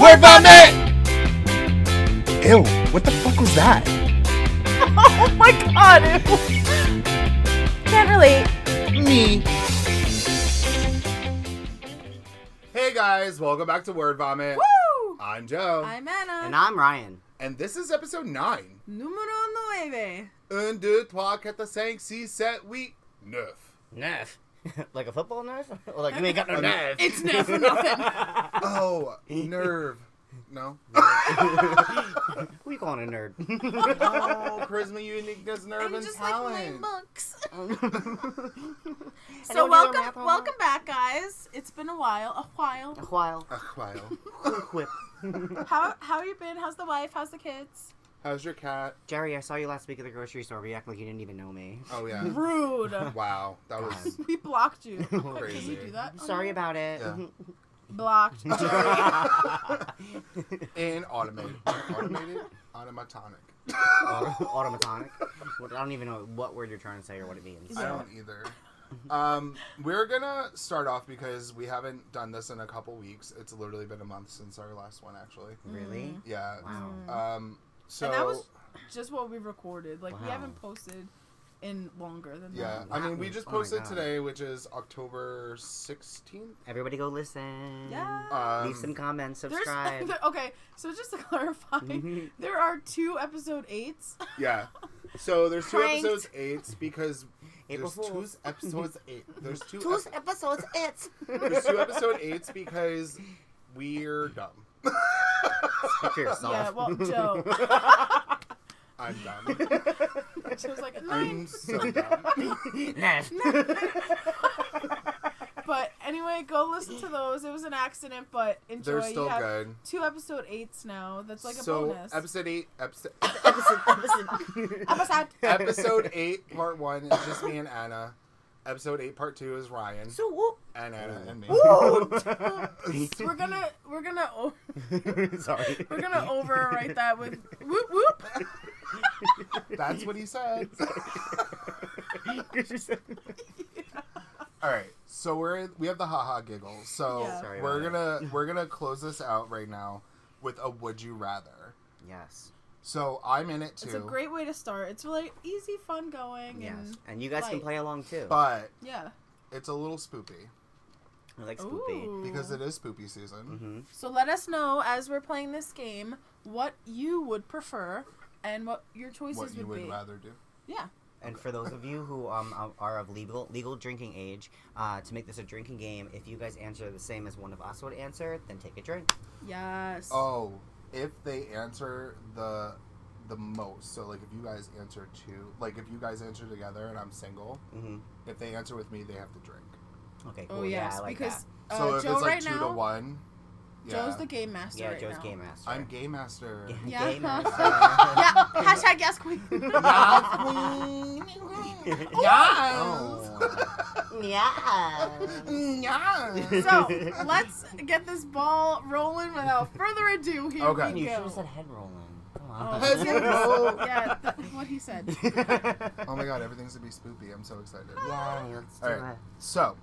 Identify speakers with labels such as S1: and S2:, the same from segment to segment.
S1: We're vomit!
S2: Ew, what the fuck was that?
S3: Oh my god. ew. Can't relate.
S2: Me.
S1: Hey guys, welcome back to Word Vomit.
S3: Woo!
S1: I'm Joe.
S3: I'm Anna.
S4: And I'm Ryan.
S1: and this is episode 9.
S3: Número nueve.
S1: Un, deux, trois, quatre, cinq, six, sept, huit, neuf.
S4: Nerf. like a football nerf? well, like, you ain't got no nerf.
S3: It's nerf for nothing.
S1: Oh, nerve. No?
S4: Who you calling a nerd?
S1: oh, charisma, uniqueness, nerve, and talent.
S3: books.
S4: Anyone
S3: so
S4: do their math
S3: welcome,
S4: homework?
S3: welcome back, guys. It's been a while. A while.
S4: A while.
S1: Ach, wow.
S4: Whip.
S3: How how you been? How's the wife? How's the kids?
S1: How's your cat?
S4: Jerry, I saw you last week at the grocery store, but you act like you didn't even know me.
S1: Oh, yeah.
S3: Rude.
S1: Wow, that was
S3: we blocked you. Like, can
S1: Crazy.
S3: we do that?
S4: Sorry about it.
S1: Yeah.
S3: Blocked. Sorry.
S1: in automated. Automated? Automatonic.
S4: Auto- automatonic. What- I don't even know what word you're trying to say or what it means.
S1: I don't either. Um, we're gonna start off because we haven't done this in a couple weeks. It's literally been a month since our last one, actually.
S4: Really?
S1: Yeah.
S3: Mm.
S4: Wow.
S1: Um, so
S3: and that was just what we recorded. Like we
S4: Wow.
S3: haven't posted in longer than
S1: yeah,
S3: that.
S1: I mean, we just
S4: Oh my
S1: posted
S4: God.
S1: today, which is October sixteenth.
S4: Everybody go listen.
S3: Yeah.
S1: Um,
S4: Leave some comments.
S3: There's
S4: Subscribe.
S3: okay. So just to clarify,
S4: Mhm.
S3: there are two episode eights.
S1: Yeah. So there's two
S4: Pranked.
S1: episodes eight because
S4: April
S1: there's two
S4: Fools.
S1: episodes eight. There's two. epi-
S4: episodes. It's.
S1: there's two episode eights because we're dumb.
S4: Speak for
S3: Yeah,
S4: yourself.
S3: well, Joe.
S1: I'm dumb.
S3: She was like
S1: I'm
S3: nine.
S1: so dumb.
S3: But anyway, go listen to those. It was an accident, but enjoy.
S1: They're still
S3: you have
S1: good.
S3: two episode eights now. That's like a
S1: so
S3: bonus.
S1: episode eight, episode
S4: episode. Episode.
S3: Episode.
S1: episode eight, part one is just me and Anna. Episode eight, part two is Ryan
S4: So whoop.
S1: and Anna and me.
S3: We're gonna we're gonna o-
S4: Sorry.
S3: we're gonna overwrite that with whoop whoop.
S1: That's what he said. All right, so we're we have the haha giggle. So
S3: Yeah.
S4: Sorry
S1: we're
S4: about
S1: gonna we're gonna close this out right now with a would you rather.
S4: yes.
S1: So I'm in it too.
S3: It's a great way to start. It's really easy, fun going,
S4: Yes.
S3: and
S4: And you guys can
S3: Light.
S4: play along too.
S1: but
S3: yeah.
S1: it's a little spoopy
S4: I like spoopy.
S3: Ooh.
S1: because it is spoopy season.
S4: Mm-hmm.
S3: So let us know as we're playing this game what you would prefer and what your choices
S1: What you
S3: would,
S1: would
S3: be.
S1: rather do?
S3: Yeah.
S4: And for those of you who um, are- are of legal legal drinking age, uh, to make this a drinking game, if you guys answer the same as one of us would answer, then take a drink.
S3: Yes.
S1: Oh, if they answer the the most. So like if you guys answer two, like if you guys answer together and I'm single,
S4: hmm
S1: if they answer with me, they have to drink.
S4: Okay. Cool.
S3: oh yes,
S4: yeah, I like
S3: because uh,
S1: So if
S3: Joe
S1: it's like
S3: right
S1: two
S3: now,
S1: to one, yeah,
S3: Joe's the game
S4: that.
S3: master
S4: Yeah,
S3: right
S4: Joe's
S3: now.
S4: game master.
S1: I'm game master.
S4: Ga-
S3: Yeah.
S4: Game master.
S3: yeah.
S1: yeah.
S3: Hashtag yes queen.
S1: Oh.
S4: yeah.
S3: so let's get this ball rolling without further ado. Here
S1: Okay.
S3: we
S4: You
S3: go.
S4: should have said head rolling. Come
S3: Oh,
S4: on.
S1: Head
S3: yeah, this-
S1: roll.
S3: yeah, th- what he said.
S1: Oh my god, everything's gonna be spoopy. I'm so excited.
S4: Yay, let's do
S1: All right. So,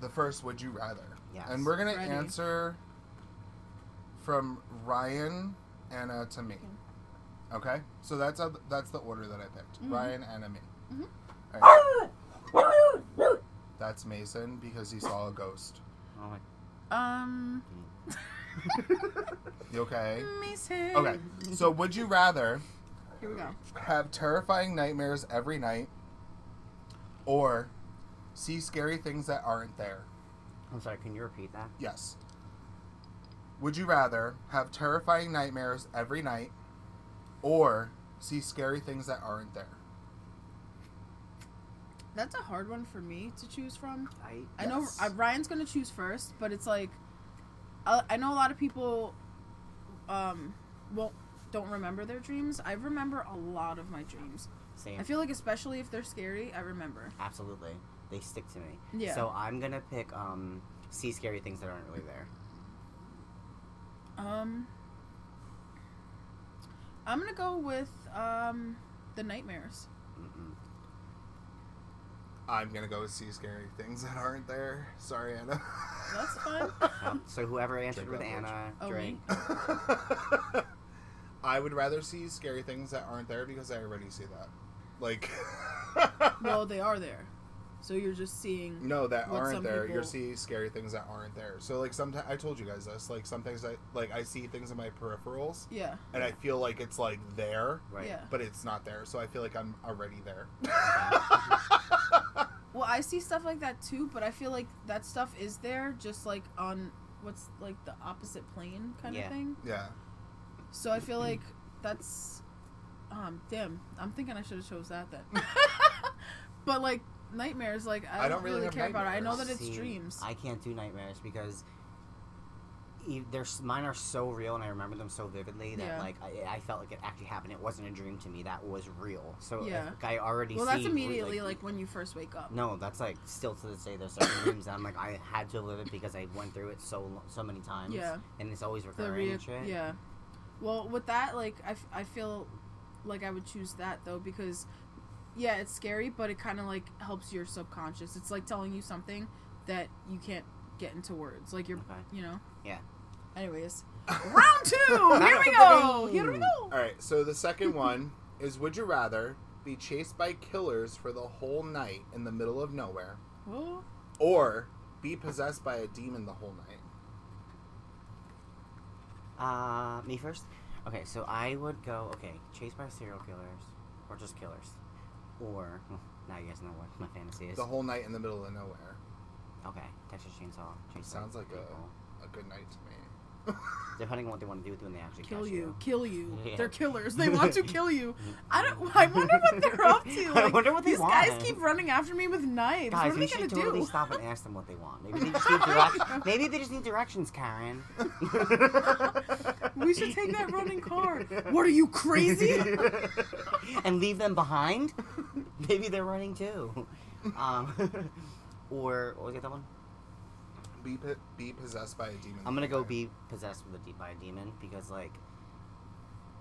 S1: the first would you rather?
S4: Yes.
S1: And we're gonna
S3: Ready.
S1: answer from Ryan, Anna to me. Okay. So that's a, that's the order that I picked. Ryan, Anna, me. All right.
S4: Oh
S1: That's Mason because he saw a ghost.
S4: it. Oh my
S3: Um,
S1: You okay?
S3: Mason.
S1: Okay. So would you rather
S3: Here we go.
S1: have terrifying nightmares every night, or see scary things that aren't there?
S4: I'm sorry, can you repeat that?
S1: Yes. Would you rather have terrifying nightmares every night or see scary things that aren't there?
S3: That's a hard one for me to choose from.
S4: I
S3: I know
S1: Yes.
S3: uh, Ryan's gonna choose first, but it's like uh, I, I know a lot of people um well don't remember their dreams. I remember a lot of my dreams.
S4: same.
S3: I feel like especially if they're scary, I remember.
S4: Absolutely. They stick to me.
S3: Yeah.
S4: So I'm gonna pick um see scary things that aren't really there.
S3: Um I'm gonna go with um the nightmares.
S4: Mm-mm.
S1: I'm gonna go with see scary things that aren't there. Sorry, Anna.
S3: That's fun.
S4: Yeah. Um, So whoever answered
S1: Drink
S4: with
S1: that
S4: Anna,
S3: Oh, me?
S4: drink.
S1: I would rather see scary things that aren't there because I already see that. Like,
S3: well, they are there. So you're just seeing.
S1: no, that
S3: what
S1: aren't
S3: some
S1: there. You're
S3: people-
S1: seeing scary things that aren't there. So like sometimes I told you guys this. Like sometimes I like I see things in my peripherals
S3: Yeah.
S1: and I feel like it's like there,
S4: Right.
S3: Yeah.
S1: but it's not there. So I feel like I'm already there.
S3: Well, I see stuff like that too, but I feel like that stuff is there, just like on what's like the opposite plane kind
S4: Yeah.
S3: of thing.
S1: yeah.
S3: So I feel like that's. Um, damn, I'm thinking I should have chose that then. but like nightmares, like I, don't, really,
S1: have
S3: care about it. I know that it's
S4: See,
S3: dreams.
S4: I can't do nightmares because e- they're, s- mine are so real and I remember them so vividly that
S3: Yeah.
S4: like I, I felt like it actually happened. It wasn't a dream to me. That was real. So
S3: Yeah.
S4: if I already
S3: well, that's
S4: see,
S3: immediately like, when you first wake up.
S4: no, that's like still to this day. There's certain dreams that I'm like I had to live it because I went through it so lo- so many times.
S3: Yeah.
S4: and it's always
S3: the
S4: recurring.
S3: re-
S4: and shit.
S3: yeah well with that like I, f- I feel like i would choose that though because yeah it's scary but it kind of like helps your subconscious it's like telling you something that you can't get into words like you're
S4: Okay.
S3: you know
S4: Yeah.
S3: anyways round two here we
S4: Round
S3: go
S4: two.
S3: here we go
S1: All right, so the second one is would you rather be chased by killers for the whole night in the middle of nowhere
S3: Whoa.
S1: or be possessed by a demon the whole night?
S4: Uh, me first. Okay, so I would go. Okay, chased by serial killers, or just killers, or well, now you guys know what my fantasy is.
S1: The whole night in the middle of nowhere.
S4: okay, Texas Chainsaw. Chase
S1: Sounds like
S4: people.
S1: a, a good night to me.
S4: Depending on what they want to do with you when they actually
S3: kill
S4: catch
S3: you kill you
S4: Yeah.
S3: they're killers they want to kill you i don't i wonder what they're up to
S4: I
S3: like,
S4: wonder what they
S3: these
S4: want.
S3: guys keep running after me with knives
S4: Guys,
S3: what are
S4: we
S3: they
S4: should
S3: gonna
S4: totally
S3: do
S4: stop and ask them what they want. Maybe they just need directions. Maybe they just need directions, Karen.
S3: We should take that running car. What are you crazy?
S4: and leave them behind? Maybe they're running too. Um, or what was the other one?
S1: Be, po- be possessed by a demon.
S4: I'm gonna
S1: the whole night.
S4: go be possessed with a de- by a demon because like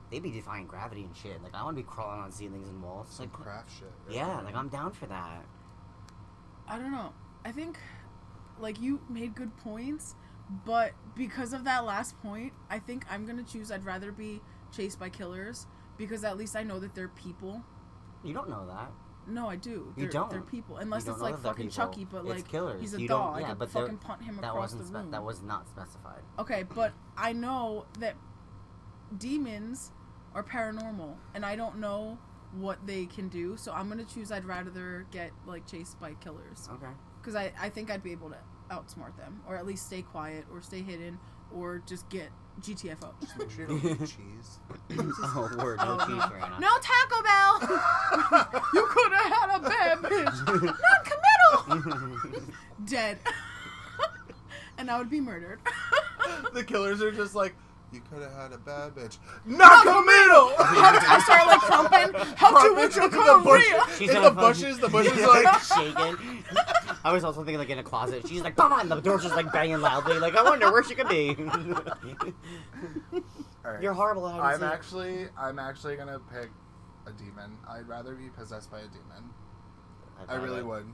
S4: they be defying gravity and shit. Like I want to be crawling on ceilings and walls.
S1: some
S4: Like
S1: craft shit. right
S4: yeah,
S1: there.
S4: like I'm down for that.
S3: I don't know. I think, like, you made good points, but because of that last point, I think I'm gonna choose I'd rather be chased by killers because at least I know that they're people.
S4: You don't know that.
S3: No, I do.
S4: You
S3: They're,
S4: don't.
S3: They're people. Unless
S4: You
S3: it's
S4: don't know
S3: like
S4: that they're
S3: fucking
S4: people.
S3: Chucky, but
S4: It's
S3: like
S4: killers.
S3: he's a
S4: You don't-
S3: doll.
S4: yeah,
S3: I could
S4: but they're-
S3: fucking punt him
S4: That
S3: across the
S4: wasn't spe-
S3: room.
S4: that was not specified.
S3: Okay, but I know that demons are paranormal, and I don't know what they can do. So I'm gonna choose. I'd rather get like chased by killers
S4: Okay.
S3: because I I think I'd be able to outsmart them, or at least stay quiet, or stay hidden, or just get GTFO.
S1: Just make sure you don't eat cheese.
S4: oh, word, no
S3: Oh,
S4: cheese, Rihanna.
S3: No Taco Bell. you could have had a bad bitch. Non-committal. Dead. and I would be murdered.
S1: the killers are just like, you could have had a bad bitch. Not committal!
S3: I start like crumping. How to with your career?
S1: In
S4: gonna
S1: the
S4: fuck-
S1: bushes, the bushes are like,
S4: shaking. I was also thinking like in a closet. She's like, come on, the door's just like banging loudly. Like I wonder where she could be.
S1: All right.
S4: You're horrible. at hide and
S1: I'm
S4: seek.
S1: actually I'm actually gonna pick a demon. I'd rather be possessed by a demon. I
S4: doubt
S1: really
S4: it.
S1: would.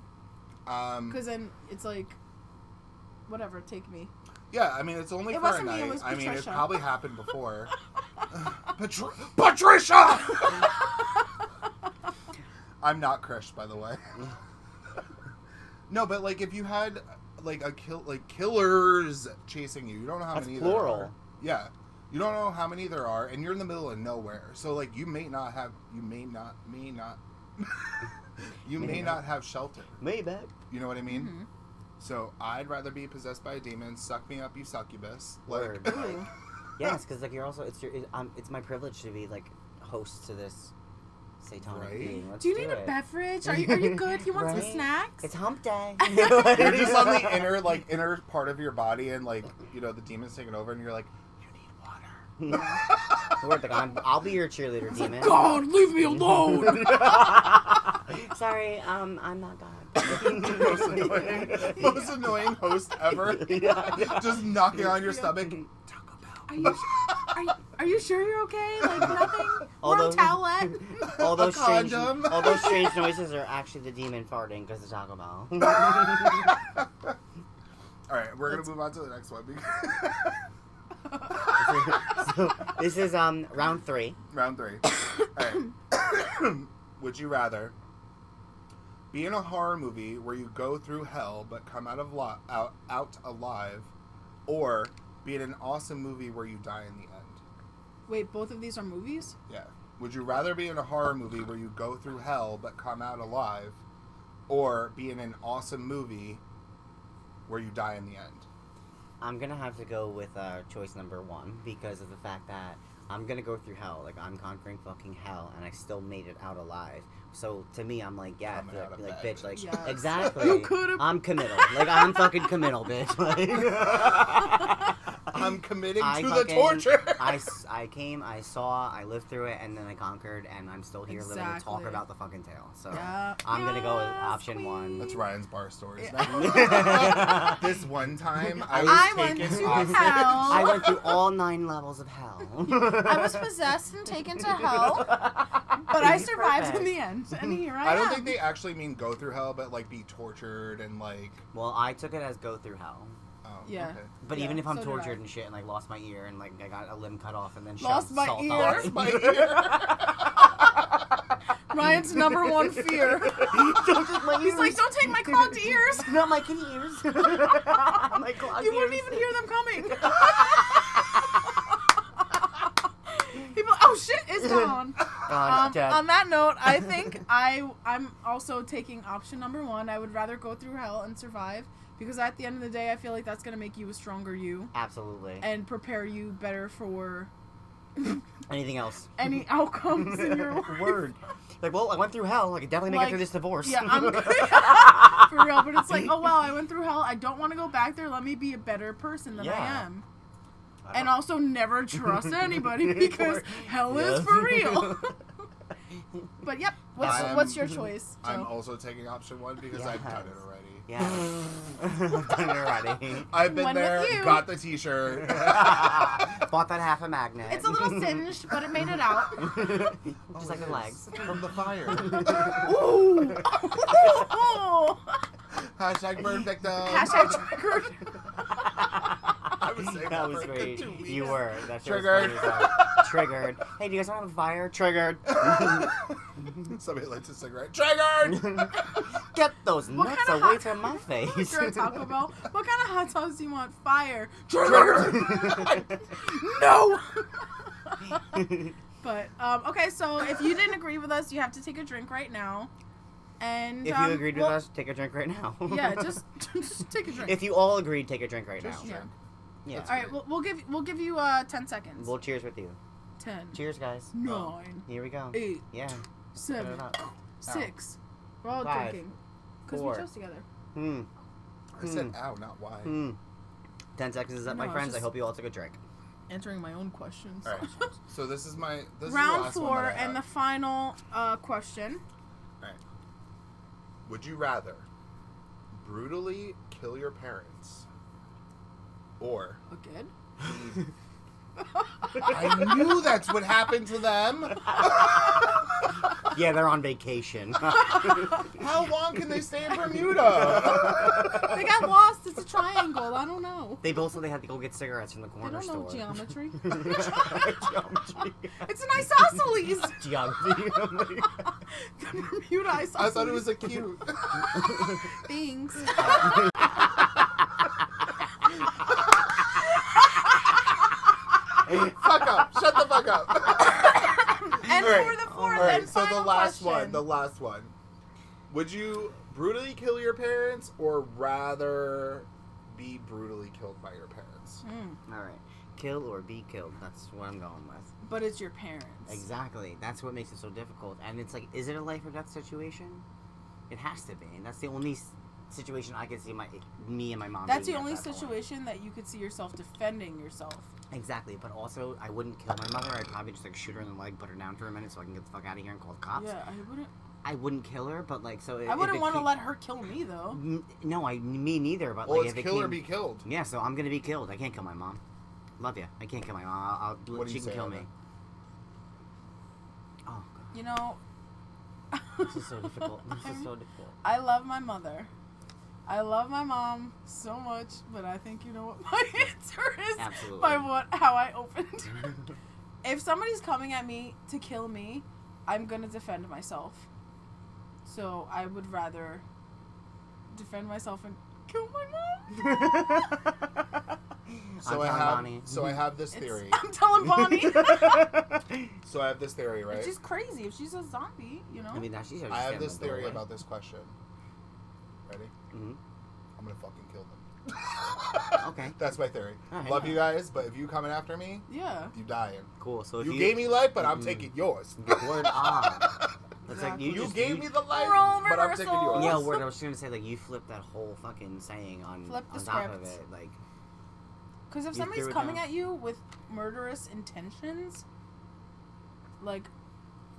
S1: Um,
S3: Because then it's like, whatever, take me.
S1: yeah, I mean it's only
S3: It
S1: for a
S3: wasn't me,
S1: night.
S3: it was
S1: I mean it
S3: Patricia.
S1: probably happened before. Patri- Patricia! I'm not Krish, by the way. no, but like if you had like a kill like killers chasing you, you don't know how
S4: That's
S1: many
S4: plural.
S1: there are. Yeah. You don't know how many there are, and you're in the middle of nowhere. So like you may not have you may not may not you may not have shelter.
S4: Maybe.
S1: You know what I mean?
S3: Mhm.
S1: So I'd rather be possessed by a demon. Suck me up, you succubus. Like,
S4: Word. Like, yes, because like you're also it's your it, um, it's my privilege to be like host to this satanic
S1: Right?
S4: being. Let's
S3: Do you need a
S4: it.
S3: beverage? Are you, are you good? You want some
S4: Right?
S3: snacks?
S4: It's hump day.
S1: you're just on the inner like inner part of your body, and like you know the demon's taking over, and you're like, you need water.
S4: Word, like, I'm, I'll be your cheerleader, demon.
S3: God, leave me alone!
S4: Sorry, um, I'm not God.
S1: most annoying, most annoying host ever. Just knocking on your stomach.
S3: are, you, are, you, are you sure you're okay? Like, nothing?
S4: Although-
S3: Warm towelette?
S4: all those strange,
S1: condom.
S4: all those strange noises are actually the demon farting because of Taco Bell.
S1: All right, we're
S3: Let's-
S1: gonna move on to the next one. Because
S4: so this is um round three.
S1: Round three. All right. Would you rather be in a horror movie where you go through hell but come out of lo- out out alive, or be in an awesome movie where you die in the end?
S3: Wait, both of these are movies?
S1: Yeah. Would you rather be in a horror movie where you go through hell but come out alive, or be in an awesome movie where you die in the end?
S4: I'm gonna have to go with uh, choice number one because of the fact that I'm gonna go through hell. Like I'm conquering fucking hell, and I still made it out alive. So to me, I'm like, yeah,
S1: Coming out
S4: like,
S1: of
S4: like
S1: bed,
S4: bitch, like
S3: bitch. Yes.
S4: exactly.
S3: You could've-
S4: I'm committal. Like I'm fucking committal, bitch. Like,
S1: I'm committing
S4: I
S1: to the
S4: fucking-
S1: torture.
S4: I, s- I came, I saw, I lived through it, and then I conquered, and I'm still here living to talk
S3: Exactly.
S4: about the fucking tale. So
S3: Yeah.
S4: I'm gonna go with
S3: Yes,
S4: option one.
S1: That's Ryan's bar stories.
S4: Yeah.
S1: this one time, I was
S4: I
S3: went
S1: taken
S3: to
S1: off-
S3: hell.
S4: I went through all nine levels of hell.
S3: I was possessed and taken to hell, but I survived in the end, and here I,
S1: I don't
S3: am.
S1: think they actually mean go through hell, but like be tortured and like.
S4: Well, I took it as go through hell.
S1: Oh,
S3: Yeah.
S1: okay.
S4: But
S3: Yeah,
S4: even if I'm
S3: so did I.
S4: tortured and shit, and like lost my ear, and like I got a limb cut off, and then
S3: Lost
S4: shoved
S3: my
S4: salt
S3: ear.
S4: on
S1: Lost
S4: it.
S1: my ear.
S3: Ryan's number one fear.
S4: Don't just my
S3: He's
S4: ears.
S3: like, don't take my clogged ears.
S4: Not my kitty ears. my clogged
S3: You wouldn't
S4: ears.
S3: even hear them coming. People, oh shit, it's gone.
S4: God,
S3: Um,
S4: Uh, Dad.
S3: on that note, I think I I'm also taking option number one. I would rather go through hell and survive because at the end of the day, I feel like that's gonna make you a stronger you
S4: Absolutely.
S3: and prepare you better for
S4: Anything else?
S3: any outcomes in your life.
S4: Word. Like, well, I went through hell. I could definitely make
S3: Like,
S4: it through this divorce.
S3: Yeah, I'm for real. But it's like, oh wow, I went through hell. I don't want to go back there. Let me be a better person than
S4: Yeah.
S3: I am.
S4: I don't-
S3: And also, never trust anybody because hell is
S4: Yes.
S3: for real. but yep, what's
S1: I'm-
S3: what's your choice?
S1: I'm
S3: Joe?
S1: also taking option one because I've done it
S4: Yes.
S1: already.
S4: Yeah. I've done it already.
S1: I've been
S3: One with
S1: there,
S3: you.
S1: got the T-shirt.
S4: Bought that half a magnet.
S3: It's a little singed, but it made it out.
S4: Just like the legs.
S1: from the fire.
S3: Ooh.
S1: Hashtag burn victim.
S3: Hashtag triggered.
S1: I was saying
S4: That was
S1: for a good
S4: great.
S1: two weeks.
S4: You were. That shit was
S1: Triggered.
S4: funny as hell. Triggered. Hey, do you guys want to have a fire? Triggered.
S1: Somebody lights a cigarette. Triggered.
S4: Get those
S3: What
S4: nuts
S3: kind of
S4: away
S3: hot-
S4: from my face.
S3: You're a Taco Bell. What kind of hot sauce do you want? Fire. no. but um, okay, so if you didn't agree with us, you have to take a drink right now. And
S4: if
S3: um,
S4: you agreed with
S3: well-
S4: us, take a drink right now.
S3: yeah, just just take a drink.
S4: If you all agreed, take a drink right
S1: Just
S4: now.
S1: drink.
S4: Yeah.
S3: All right, we'll, we'll give we'll give you uh ten seconds.
S4: We'll cheers with you.
S3: ten,
S4: Cheers, guys.
S3: nine,
S4: Here we go.
S3: eight,
S4: Yeah. Put
S3: seven,
S4: it up.
S3: six. We're all
S4: Five,
S3: drinking because we
S4: four,
S3: chose together.
S4: Hmm.
S1: I said ow, not why.
S4: Hmm. Ten seconds is up,
S3: No,
S4: my
S3: it's
S4: friends. I
S3: just-
S4: hope you all took a drink.
S3: Answering my own questions.
S1: All right. So this is my this is the
S3: Round
S1: last one
S3: four
S1: that I
S3: and the
S1: have.
S3: final uh, question.
S1: Alright. Would you rather brutally kill your parents or
S3: Again.
S1: I knew that's what happened to them.
S4: Yeah, they're on vacation.
S1: How long can they stay in Bermuda?
S3: They got lost. It's a triangle. I don't know.
S4: they both said they had to go get cigarettes from the
S3: They
S4: corner
S3: don't know
S4: store.
S3: geometry.
S4: geometry.
S3: It's an isosceles.
S4: geometry. Oh my God.
S3: The Bermuda isosceles.
S1: I thought it was a cute.
S3: things.
S1: fuck up. Shut the fuck up.
S3: and
S1: All right.
S3: for the fourth
S1: All right,
S3: and
S1: so
S3: final
S1: the last
S3: question.
S1: one, the last one. Would you brutally kill your parents or rather be brutally killed by your parents?
S3: Mm,
S4: All right, kill or be killed. That's what I'm going with.
S3: but it's your parents.
S4: Exactly. That's what makes it so difficult. And it's like, is it a life or death situation? It has to be. And that's the only s- situation I can see my me and my mom.
S3: That's the
S4: being at
S3: only
S4: that point.
S3: situation that you could see yourself defending yourself.
S4: Exactly. But also, I wouldn't kill my mother. I'd probably just like shoot her in the leg, put her down for a minute, so I can get the fuck out of here and call the cops.
S3: Yeah, I wouldn't.
S4: I wouldn't kill her, but like, so if-
S3: I
S4: if
S3: wouldn't
S4: it
S3: want to
S4: ca-
S3: let her kill me though.
S4: N- No, I me neither. But
S1: Well,
S4: like,
S1: it's
S4: if it
S1: kill or
S4: came-
S1: be killed.
S4: Yeah, so I'm gonna be killed. I can't kill my mom. Love you. I can't kill my mom. I'll, I'll,
S1: What do
S4: she
S1: you
S4: can
S1: say,
S4: kill
S1: Anna?
S4: me. Oh god,
S3: You know,
S4: this is so difficult. This is so difficult.
S3: I love my mother, I love my mom so much, but I think you know what my answer is
S4: Absolutely.
S3: by what how I opened. if somebody's coming at me to kill me, I'm gonna defend myself. So I would rather defend myself and kill my mom.
S1: So I
S4: I'm
S1: have
S4: Bonnie.
S1: so I have this
S3: Mm-hmm. It's-
S1: theory.
S3: I'm telling Bonnie.
S1: So I have this theory, right?
S3: She's crazy. If she's a zombie, you know.
S4: I mean, now she's
S1: I have this theory about this question. Ready?
S4: hmm
S1: I'm gonna fucking kill them.
S4: Okay.
S1: That's my theory.
S4: Alright.
S1: Love you guys, but if you coming after me,
S3: yeah.
S1: you dying.
S4: Cool. So if
S1: you,
S4: you,
S1: gave me life, but I'm
S4: Mhm.
S1: taking yours.
S4: word ah. That's like you,
S1: You
S4: just,
S1: gave
S4: you-
S1: me the life,
S3: Role
S1: but I'm taking
S3: reversal.
S1: yours.
S4: Yeah, word. I was just gonna say like you flipped that whole fucking saying on
S3: Flip the
S4: on top of
S3: script.
S4: it. Like
S3: Because if
S4: You
S3: somebody's
S4: threw it
S3: coming
S4: down.
S3: at you with murderous intentions, like,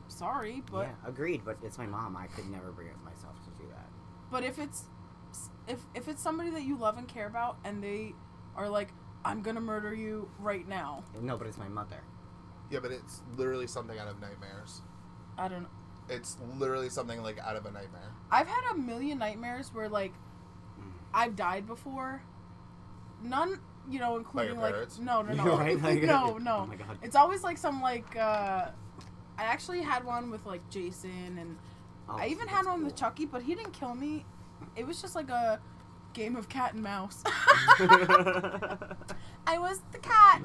S3: sorry, but
S4: yeah, agreed. But it's my mom. I could never bring it myself to do that.
S3: but if it's if if it's somebody that you love and care about, and they are like, I'm gonna murder you right now.
S4: No, but it's my mother.
S1: Yeah, but it's literally something out of nightmares.
S3: I don't.
S1: It's literally something like out of a nightmare.
S3: I've had a million nightmares where like
S4: Hmm.
S3: I've died before. None, you know, including like
S1: parents?
S3: no, no, no,
S4: You're right, like-
S3: no,
S4: oh
S3: no.
S4: my God.
S3: It's always like some like uh, I actually had one with like Jason, and
S4: Oh,
S3: I even
S4: that's
S3: had one with
S4: cool.
S3: Chucky, but he didn't kill me. It was just like a game of cat and mouse. I was the cat.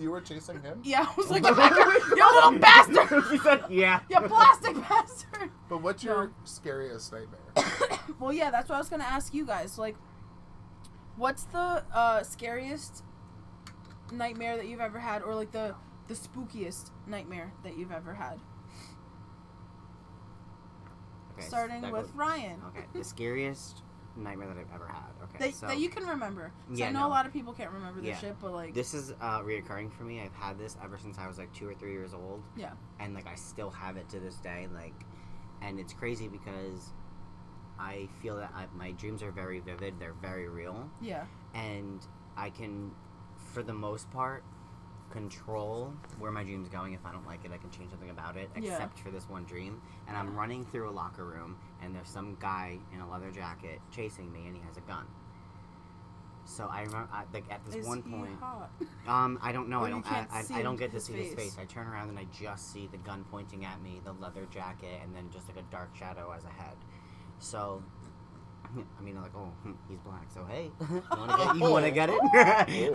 S1: you were chasing him?
S3: Yeah, I was like, you little bastard,
S4: She's like, yeah.
S3: you plastic bastard.
S1: But what's your
S3: No.
S1: scariest nightmare?
S3: Well, yeah, that's what I was gonna ask you guys. Like, what's the uh, scariest nightmare that you've ever had, or like the the spookiest nightmare that you've ever had?
S4: Okay, so
S3: Starting
S4: that
S3: with
S4: goes-
S3: Ryan,
S4: Okay, the scariest nightmare that I've ever had. Okay,
S3: that,
S4: so
S3: that you can remember. 'Cause I
S4: Yeah,
S3: know
S4: no.
S3: a lot of people can't remember this
S4: Yeah.
S3: shit, but like,
S4: this is uh, reoccurring for me. I've had this ever since I was like two or three years old.
S3: yeah,
S4: and like I still have it to this day. Like, and it's crazy because I feel that I, my dreams are very vivid. They're very real,
S3: yeah,
S4: and I can, for the most part, control where my dream's going. If I don't like it, I can change something about it.
S3: Yeah.
S4: Except for this one dream, and I'm running through a locker room, and there's some guy in a leather jacket chasing me, and he has a gun. So I remember, I, like at this
S3: is
S4: one
S3: he
S4: point,
S3: hot?
S4: um, I don't know.
S3: Or
S4: I
S3: you
S4: don't. I,
S3: can't
S4: I,
S3: see
S4: I don't get to
S3: his
S4: see his
S3: face.
S4: face. I turn around and I just see the gun pointing at me, the leather jacket, and then just like a dark shadow as a head. So, I mean, like, oh, hmm, he's black. So hey, you want to get, you wanna get it?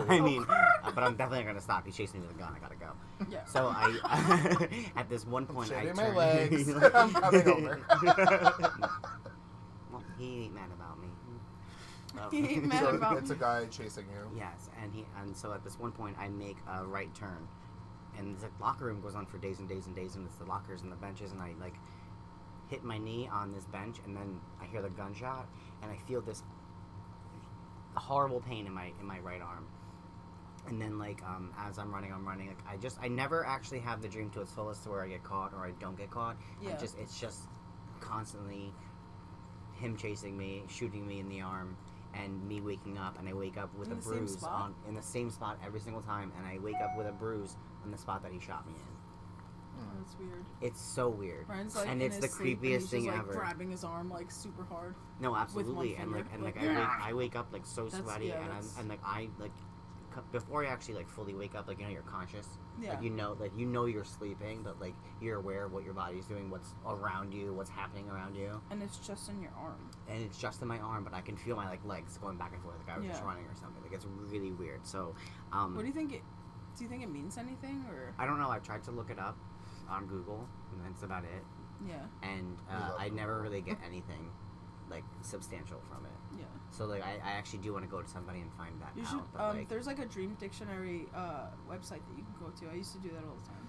S1: Oh.
S4: I mean, uh, but I'm definitely not gonna stop. He's chasing me with a gun. I gotta go.
S3: Yeah.
S4: So I, at this one point, I
S1: Shaving
S4: turn.
S1: my legs. I'm coming over.
S4: Well, he ain't mad about me. Oh.
S3: He ain't mad
S1: so
S3: about
S1: it's a guy chasing you.
S4: Yes, and he and so at this one point I make a right turn, and the locker room goes on for days and days and days, and it's the lockers and the benches, and I like hit my knee on this bench, and then I hear the gunshot, and I feel this horrible pain in my in my right arm, and then like um, as I'm running, I'm running. Like, I just I never actually have the dream to its fullest to where I get caught or I don't get caught. I
S3: Yeah.
S4: just it's just constantly him chasing me, shooting me in the arm, and me waking up, and I wake up with
S3: In
S4: a
S3: the same
S4: bruise
S3: spot?
S4: on in the same spot every single time, and I wake up with a bruise on the spot that he shot me in.
S3: Oh, That's weird.
S4: It's so weird,
S3: Ryan's like,
S4: and
S3: in
S4: it's the
S3: his sleep, and
S4: creepiest
S3: he's just,
S4: thing
S3: like,
S4: ever.
S3: Grabbing his arm like super hard.
S4: No, absolutely, and
S3: finger.
S4: like and like
S3: Like,
S4: I, wake,
S3: yeah.
S4: I wake up like so
S3: That's-
S4: sweaty,
S3: yeah,
S4: and I'm,
S3: that's-
S4: and like I like c- before I actually like fully wake up, like you know you're conscious,
S3: Yeah.
S4: like you know like you know you're sleeping, but like you're aware of what your body's doing, what's around you, what's happening around you,
S3: And it's just in your arm.
S4: and it's just in my arm, but I can feel my like legs going back and forth, like I was just
S3: Yeah.
S4: running or something. Like it's really weird. So, um,
S3: What do you think? It, do you think it means anything or?
S4: I don't know. I tried to look it up on Google, and that's about it.
S3: Yeah,
S4: And
S1: We
S4: uh,
S1: love
S4: I never really get anything like substantial from it.
S3: yeah.
S4: So like I, I actually do want to go to somebody and find that
S3: You
S4: out.
S3: should.
S4: but,
S3: Um,
S4: like,
S3: there's like a dream dictionary uh, website that you can go to. I used to do that all the time.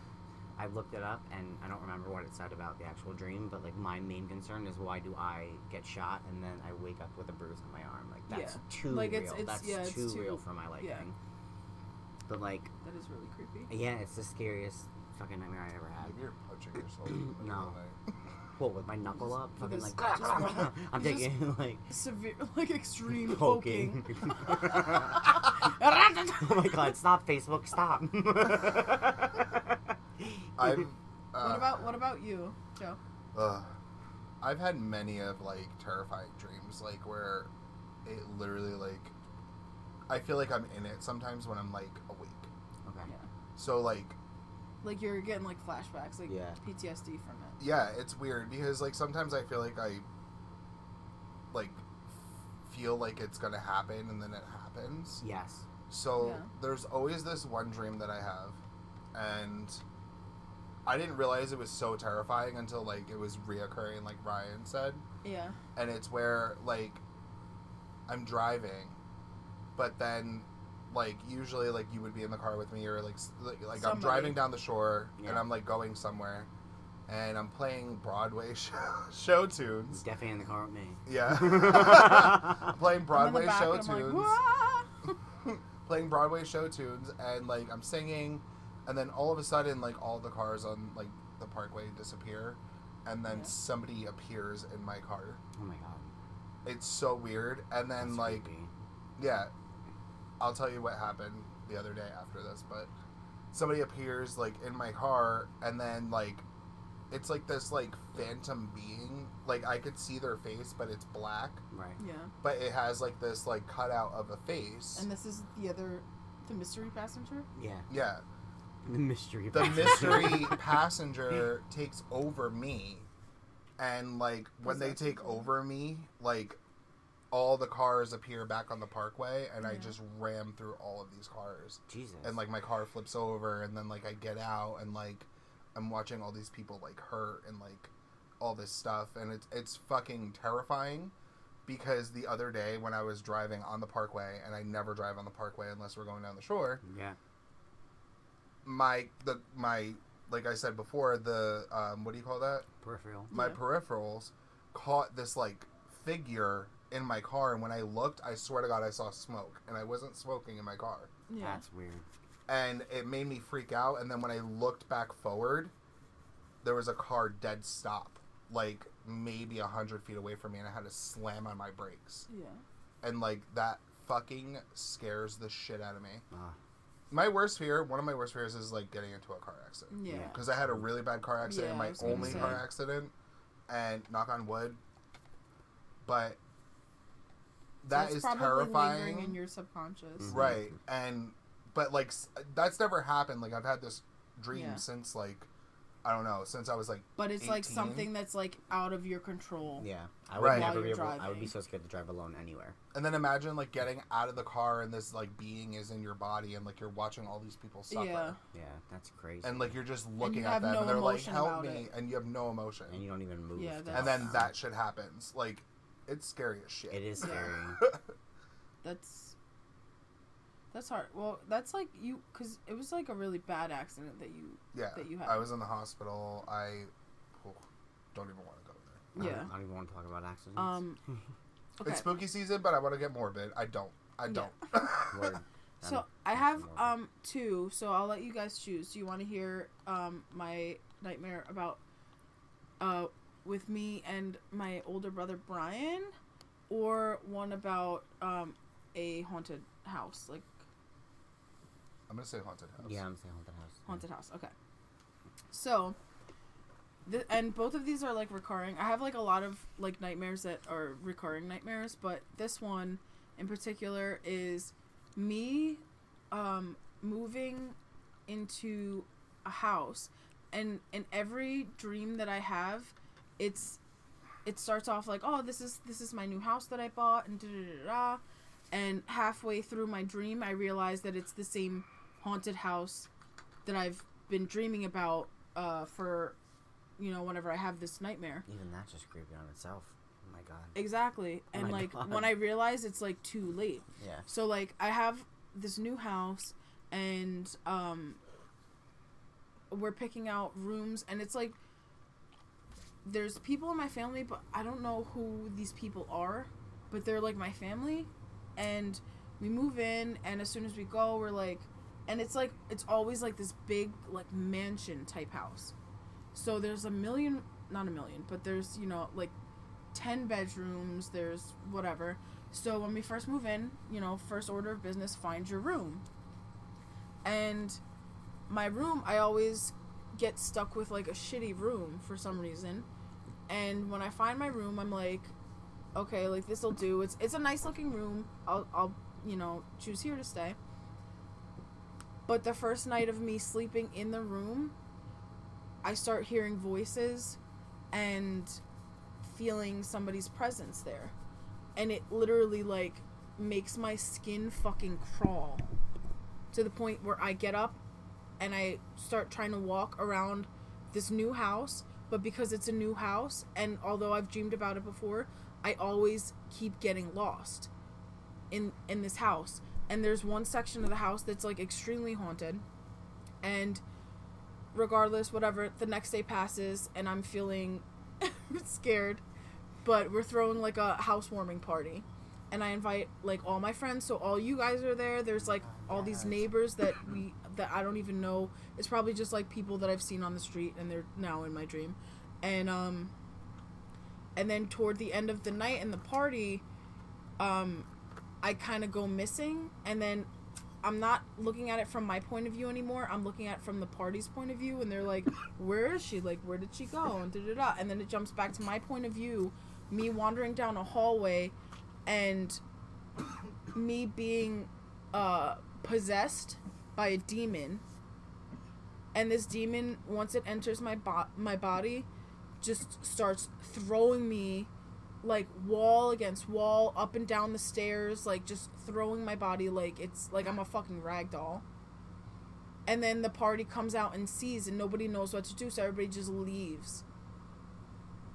S4: I've looked it up and I don't remember what it said about the actual dream, but like my main concern is why do I get shot and then I wake up with a bruise on my arm? Like that's
S3: Yeah.
S4: too
S3: Like,
S4: real.
S3: it's- it's-
S4: that's
S3: yeah, it's
S4: too,
S3: too-
S4: real for my liking.
S3: yeah.
S4: But like,
S3: That is really creepy.
S4: yeah, it's the scariest fucking nightmare I ever had.
S1: Maybe you're punching yourself. in the middle
S4: No.
S1: of the night.
S4: Well, with my knuckle up, fucking
S3: Just-
S4: like
S3: just- just
S4: I'm taking like
S3: Severe, like extreme
S4: poking.
S3: poking.
S4: oh my god! Stop, Facebook! Stop.
S1: I've. Uh,
S3: what about what about you, Joe?
S1: Ugh. I've had many of like terrifying dreams, like where it literally like I feel like I'm in it sometimes when I'm like awake.
S4: Okay.
S3: Yeah.
S1: So like
S3: Like you're getting like flashbacks, like
S4: Yeah.
S3: PTSD from it.
S1: yeah, it's weird because like sometimes I feel like I like feel like it's gonna happen and then it happens.
S4: Yes.
S1: So
S3: Yeah.
S1: there's always this one dream that I have, and I didn't realize it was so terrifying until like it was reoccurring, like Ryan said.
S3: Yeah.
S1: And it's where like I'm driving, but then like usually like you would be in the car with me or like s- like, like I'm
S3: Somebody.
S1: driving down the shore and
S4: Yeah.
S1: I'm like going somewhere, and I'm playing Broadway show, show
S4: He's
S1: tunes.
S4: definitely in the car with me. Oh
S1: Yeah, playing
S3: I'm in the
S1: Broadway
S3: back
S1: show
S3: and
S1: tunes
S3: I'm like, "Wah!"
S1: playing Broadway show tunes and like I'm singing, and then all of a sudden like all the cars on like the parkway disappear, and then
S3: Yeah.
S1: somebody appears in my car.
S4: oh my god.
S1: It's so weird. And then
S4: That's
S1: like
S4: creepy.
S1: yeah, I'll tell you what happened the other day after this, but somebody appears like in my car, and then like it's like this like phantom being. Like I could see their face, but it's black.
S4: Right.
S3: yeah.
S1: But it has like this like cutout of a face.
S3: And this is the other, the mystery passenger.
S4: Yeah.
S1: yeah.
S4: The mystery.
S1: the
S4: box.
S1: mystery passenger takes over me and like when they
S3: Possesses
S1: take
S3: you.
S1: over me like all the cars appear back on the parkway and i
S3: Yeah.
S1: just ram through all of these cars
S4: Jesus.
S1: and like my car flips over and then like i get out and like i'm watching all these people like hurt and like all this stuff and it's it's fucking terrifying because the other day when i was driving on the parkway and i never drive on the parkway unless we're going down the shore
S4: Yeah.
S1: my the my like I said before the um, what do you call that?
S4: Peripheral.
S1: My
S3: Yeah.
S1: peripherals caught this like figure in my car, and when I looked, I swear to God, I saw smoke, and I wasn't smoking in my car,
S3: Yeah.
S4: That's weird.
S1: and it made me freak out. And then when I looked back forward, there was a car dead stop, like maybe a hundred feet away from me, and I had to slam on my brakes,
S3: Yeah.
S1: and like that fucking scares the shit out of me.
S4: Ah.
S1: My worst fear, one of my worst fears, is like getting into a car accident
S3: Yeah.
S4: Yeah.
S1: because I had a really bad car accident,
S3: Yeah, I
S1: my
S3: was gonna
S1: only
S4: say.
S1: car accident, and knock on wood. But that
S3: That's
S1: is
S3: probably
S1: terrifying,
S3: lingering in your subconscious.
S4: Mhm.
S1: right? And but like s- that's never happened. Like I've had this dream
S3: Yeah.
S1: since like I don't know since I was like
S3: But it's like
S1: 18.
S3: something that's like out of your control.
S4: Yeah. I would
S1: Right.
S4: never
S3: While
S4: be
S3: you're
S4: able. I would be
S3: driving.
S4: so scared to drive alone anywhere.
S1: and then imagine like getting out of the car and this like being is in your body and like you're watching all these people suffer
S3: Yeah.
S4: Yeah. That's crazy.
S1: and like you're just looking
S3: you
S1: at
S3: have
S1: them
S3: no
S1: and they're like
S3: emotion
S1: help
S3: about
S1: me
S3: it.
S1: and you have no emotion
S4: And you don't even move.
S3: Yeah,
S4: to
S3: that's-
S1: and then
S4: help them.
S1: that shit happens like it's scary as shit
S4: It is
S3: Yeah.
S4: scary.
S3: That's that's hard. Well, that's like you because it was like a really bad accident that you.
S1: yeah,
S3: that you
S1: I
S3: had.
S1: was in the hospital. I oh, don't even want to go there.
S4: I
S3: Yeah.
S4: don't- I don't even want to talk about accidents.
S3: Um. Okay.
S1: It's spooky season, but I want to get morbid. I don't. I
S3: Yeah.
S1: don't.
S4: Word.
S3: So
S4: Um,
S3: I
S4: that's
S3: have
S4: morbid.
S3: um two. So I'll let you guys choose. Do you want to hear um my nightmare about uh with me and my older brother Brian, or one about um a haunted house like
S1: I'm gonna say haunted house.
S4: Yeah, I'm saying haunted house.
S3: haunted house? Okay. So. Th- and both of these are like recurring. I have like a lot of like nightmares that are recurring nightmares, but this one in particular is me um, moving into a house, and in every dream that I have, it's it starts off like oh this is this is my new house that I bought and da da da da, and halfway through my dream I realize that it's the same haunted house that I've been dreaming about uh, for you know whenever I have this nightmare.
S4: Even that's just creepy on itself. Oh my god.
S3: Exactly.
S4: Oh
S3: And
S4: my
S3: like
S4: God.
S3: when I realize it's like too late.
S4: Yeah.
S3: So like I have this new house and um we're picking out rooms and it's like there's people in my family but I don't know who these people are, but they're like my family and we move in and as soon as we go we're like and it's like it's always like this big like mansion type house. So there's a million not a million, but there's, you know, like 10 bedrooms, there's whatever. So when we first move in, you know, first order of business, find your room. And my room, I always get stuck with like a shitty room for some reason. And when I find my room, I'm like, okay, like this will do. It's it's a nice looking room. I'll I'll you know choose here to stay. But the first night of me sleeping in the room, I start hearing voices, and feeling somebody's presence there, and it literally like makes my skin fucking crawl to the point where I get up and I start trying to walk around this new house, but because it's a new house, and although I've dreamed about it before, I always keep getting lost in in this house. And there's one section of the house that's like extremely haunted, and regardless, whatever, the next day passes, and I'm feeling scared, but we're throwing like a housewarming party. And I invite like all my friends, so all you guys are there. There's like all these neighbors that we that I don't even know. It's probably just like people that I've seen on the street, and they're now in my dream. And um, and then toward the end of the night and the party, um, I kind of go missing, and then I'm not looking at it from my point of view anymore. I'm looking at it from the party's point of view, and they're like, "Where is she? Like, where did she go?" And da da da. And then it jumps back to my point of view, me wandering down a hallway, and me being uh, possessed by a demon. And this demon, once it enters my bo- my body, just starts throwing me like wall against wall, up and down the stairs, like just throwing my body like it's like I'm a fucking rag doll. And then the party comes out and sees, and nobody knows what to do, so everybody just leaves.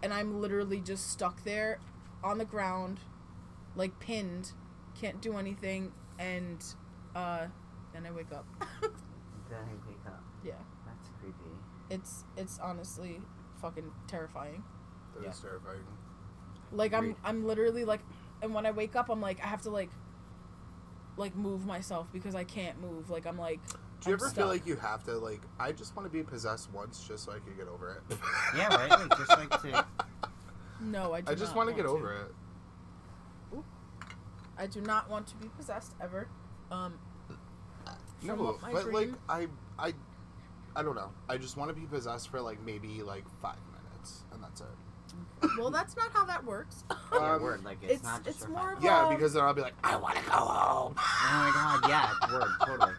S3: And I'm literally just stuck there on the ground, like pinned, can't do anything, and uh, then I wake up.
S4: Then I wake up.
S3: yeah,
S4: That's creepy.
S3: it's it's honestly fucking terrifying.
S1: That was terrifying.
S3: Like I'm
S4: Agreed.
S3: I'm literally like and when I wake up I'm like I have to like like move myself because I can't move. Like I'm like
S1: Do you
S3: I'm
S1: ever
S3: stuck.
S1: feel like you have to like? I just want to be possessed once, just so I can get over it.
S4: Yeah, right? Like, just like to.
S3: No, I do
S1: I just want
S3: not want
S1: to get over it.
S3: I do not want to be possessed ever. Um
S1: No,
S3: From what my
S1: but like
S3: dream-
S1: I, I, I don't know. I just want to be possessed for like maybe like five minutes, and that's it.
S3: well that's not how that works.
S4: Yeah,
S1: Um,
S4: word. Like, it's,
S3: it's-
S4: not just
S3: it's
S4: for
S3: more
S4: fun.
S3: of a-
S1: Yeah,
S3: Um,
S1: because then I'll be like, I want to go home.
S4: Oh my god, yeah, word, totally.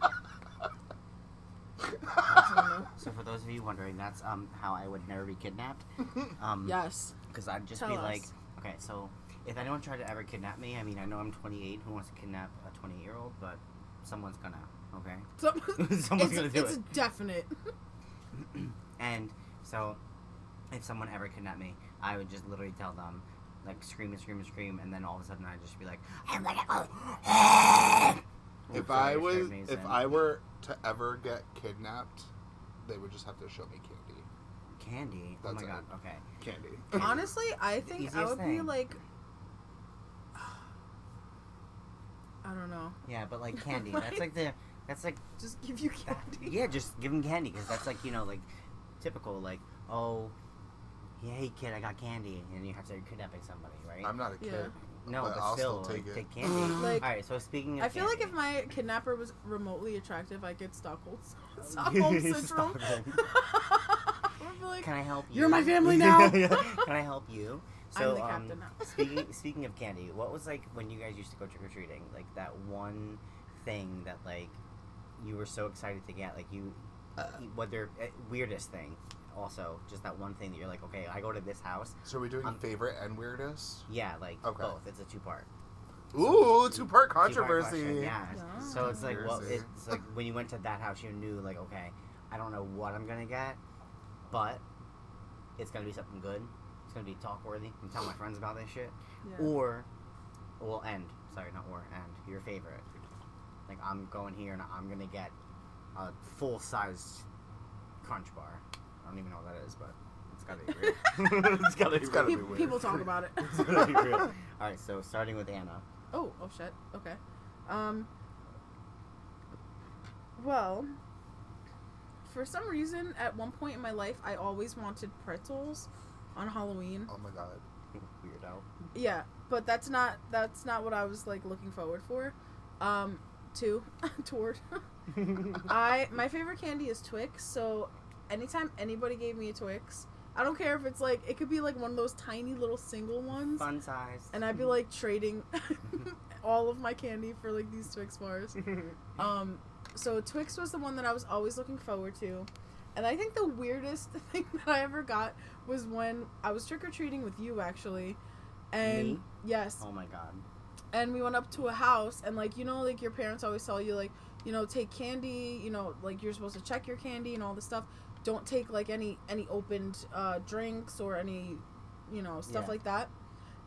S3: I don't know.
S4: So for those of you wondering, that's um how I would never be kidnapped. Um,
S3: yes.
S4: Because I'd just
S3: Tell
S4: be
S3: us.
S4: like, okay, so if anyone tried to ever kidnap me, I mean, I know I'm 28. Who wants to kidnap a 20 year old? But someone's gonna, okay.
S3: So,
S4: Someone's
S3: it's
S4: gonna do
S3: it's
S4: it.
S3: a definite.
S4: And so, if someone ever kidnapped me, I would just literally tell them, like, scream and scream and scream, and then all of a sudden I'd just be like, I wanna go. home."
S1: If
S4: Which
S1: I
S4: would drive
S1: was,
S4: me
S1: if
S4: insane.
S1: I were to ever get kidnapped, they would just have to show me candy.
S4: Candy. Oh my
S1: That's it.
S4: god, okay.
S1: Candy.
S3: Honestly, I think I
S4: easiest
S3: would be
S4: thing.
S3: like I don't know.
S4: Yeah, but like candy. That's like the, that's like
S3: Just give you candy.
S4: Yeah, just give him candy because that's like you know, like typical, like oh, hey kid, I got candy, and you have to kidnapping somebody, right?
S1: I'm not a kid.
S3: Yeah.
S4: no,
S1: but
S4: but,
S1: I'll
S4: still,
S1: still
S4: like,
S1: take it.
S4: take candy.
S3: Like,
S4: All right, so speaking of,
S3: I feel like if
S4: candy-
S3: my kidnapper was remotely attractive, I'd get Stockholm, Stockholm syndrome.
S4: Stockholm.
S3: I'd be like,
S4: can I help you?
S3: You're my family now.
S4: can I help you? um,
S3: I'm the captain now.
S4: speaking speaking of candy, what was like when you guys used to go trick or treating? Like that one thing that like you were so excited to get, like you whether uh, weirdest thing. Also, just that one thing that you're like, okay, I go to this house.
S1: So are we doing
S4: Um,
S1: favorite and weirdest?
S4: Yeah, like
S1: Okay.
S4: both. It's a two part.
S1: Ooh, two part
S4: Question,
S1: controversy.
S4: yeah.
S3: Yeah.
S4: So it's like, well,
S1: Controversy.
S4: it's like when you went to that house, you knew like, okay, I don't know what I'm gonna get, but it's gonna be something good. It's gonna be talk worthy. I'm telling my friends about this shit.
S3: yeah.
S4: Or, well, end. Sorry, not or end. Your favorite. Like I'm going here and I'm gonna get a full size crunch bar. I don't even know what that is, but it's gotta be real. it's gotta be
S1: It's gotta
S4: real.
S1: be
S3: Pe-
S1: weird.
S3: people talk about it.
S4: it's gotta be real. All right, so starting with Anna.
S3: oh, oh shit. Okay. Um. Well, for some reason, at one point in my life, I always wanted pretzels on Halloween.
S1: Oh my god.
S4: Weirdo.
S3: Yeah, but that's not that's not what I was like looking forward for. Um, to toward. I my favorite candy is Twix. So anytime anybody gave me a Twix, I don't care if it's like it could be like one of those tiny little single ones,
S4: Fun size.
S3: and I'd be like trading all of my candy for like these Twix bars. Um, so Twix was the one that I was always looking forward to, and I think the weirdest thing that I ever got was when I was trick or treating with you actually, and
S4: Me?
S3: yes,
S4: oh my god.
S3: and we went up to a house and like you know like your parents always tell you like you know take candy you know like you're supposed to check your candy and all this stuff don't take like any any opened uh, drinks or any you know stuff
S4: Yeah.
S3: like that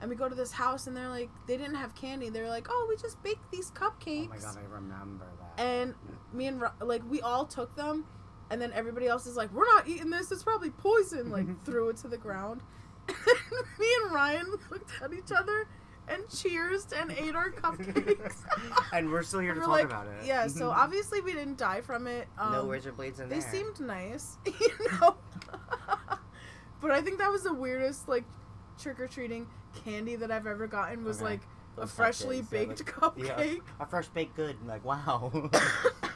S3: and we go to this house and they're like they didn't have candy they were like oh we just baked these
S4: Oh
S3: cupcakes
S4: my god, I remember that.
S3: and me and Ro- like we all took them and then everybody else is like we're not eating this it's probably poison like threw it to the ground me and ryan looked at each other and cheersed and ate our cupcakes
S4: and we're still here to
S3: we're
S4: talk
S3: like
S4: about it.
S3: yeah so obviously we didn't die from it um,
S4: no razorblades in
S3: they
S4: there.
S3: seemed nice you know but i think that was the weirdest like trick-or-treating candy that i've ever gotten was
S4: Okay.
S3: like a
S4: Those
S3: freshly
S4: cupcakes, they're
S3: baked
S4: Yeah,
S3: cupcake
S4: a fresh baked good. Like wow.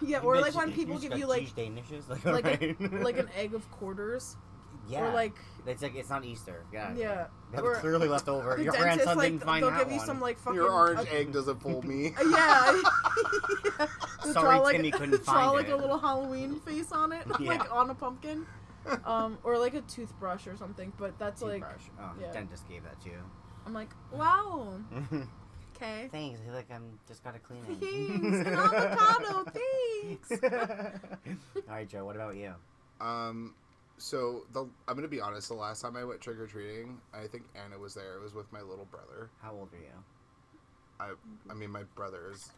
S3: yeah,
S4: You
S3: or like
S4: bet you-
S3: when
S4: you
S3: people
S4: just
S3: give
S4: got
S3: you like
S4: cheese danishes, like,
S3: like a-
S4: alright.
S3: like an egg of quarters
S4: yeah.
S3: or like
S4: it's like it's not Easter. Yeah,
S3: yeah
S4: That
S3: or
S4: was clearly left over.
S3: the
S4: Your
S3: dentist
S4: grandson
S3: like
S4: didn't find
S3: they'll
S4: that
S3: give you
S4: one.
S3: some like fucking
S1: Your orange
S3: uh,
S1: egg doesn't fool me.
S3: yeah, yeah. They
S4: Sorry,
S3: draw, like,
S4: Timmy couldn't
S3: they draw,
S4: find
S3: like a
S4: it.
S3: little Halloween face on it
S4: Yeah.
S3: like on a pumpkin um or like a toothbrush or something but that's like
S4: Toothbrush. Oh,
S3: yeah.
S4: dentist gave that to you.
S3: I'm like wow okay
S4: Thanks. He's like, I'm just gotta clean it.
S3: Thanks, an avocado, thanks.
S4: All right, Joe. What about you?
S1: Um, so the I'm gonna be honest. The last time I went trick or treating, I think Anna was there. It was with my little brother.
S4: How old are you?
S1: I I mean my brother is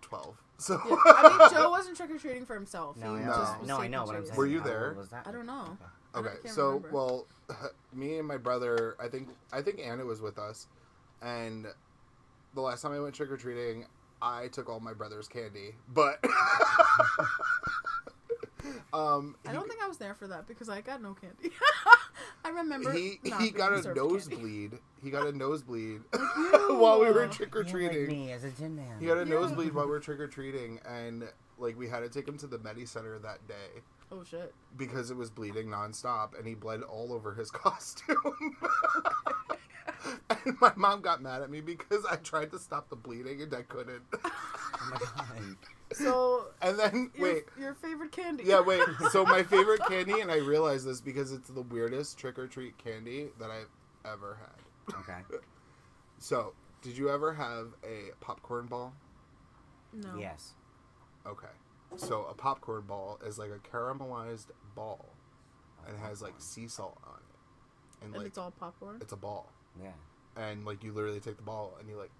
S1: twelve. So
S3: yeah. I mean Joe wasn't trick or treating for himself
S4: No,
S3: he
S1: No.
S4: I know.
S3: just was
S4: No, I
S3: taking
S4: know what I'm
S3: pictures.
S4: saying.
S1: Were you
S4: How old
S1: there?
S4: was that?
S3: I don't know I don't-
S1: okay.
S3: I can't
S1: So
S3: remember.
S1: well, me and my brother. I think I think Anna was with us, and the last time I went trick or treating, I took all my brother's candy, but. Um,
S3: I
S1: he-
S3: don't think I was there for that because I got no candy I remember
S1: he
S3: not
S1: he
S3: being
S1: got a
S3: served candy.
S1: nosebleed. He got a nosebleed while we were
S3: Ew.
S1: trick or
S4: You like
S1: treating.
S4: me as a tin man.
S1: He had a
S3: Yeah.
S1: nosebleed while we were trick or treating, and like we had to take him to the Medi Center that day
S3: oh shit
S1: because it was bleeding nonstop, and he bled all over his costume. and my mom got mad at me because I tried to stop the bleeding and I couldn't.
S4: Oh my god.
S3: so
S1: And then
S3: your,
S1: wait.
S3: your favorite candy
S1: Yeah, wait. So my favorite candy, and I realized this because it's the weirdest trick or treat candy that I've ever had.
S4: Okay.
S1: So, did you ever have a popcorn ball?
S3: no
S4: Yes.
S1: Okay. So, a popcorn ball is like a caramelized ball and has like sea salt on it. And,
S3: and
S1: like
S3: it's all popcorn
S1: it's a ball.
S4: Yeah.
S1: And like you literally take the ball and you like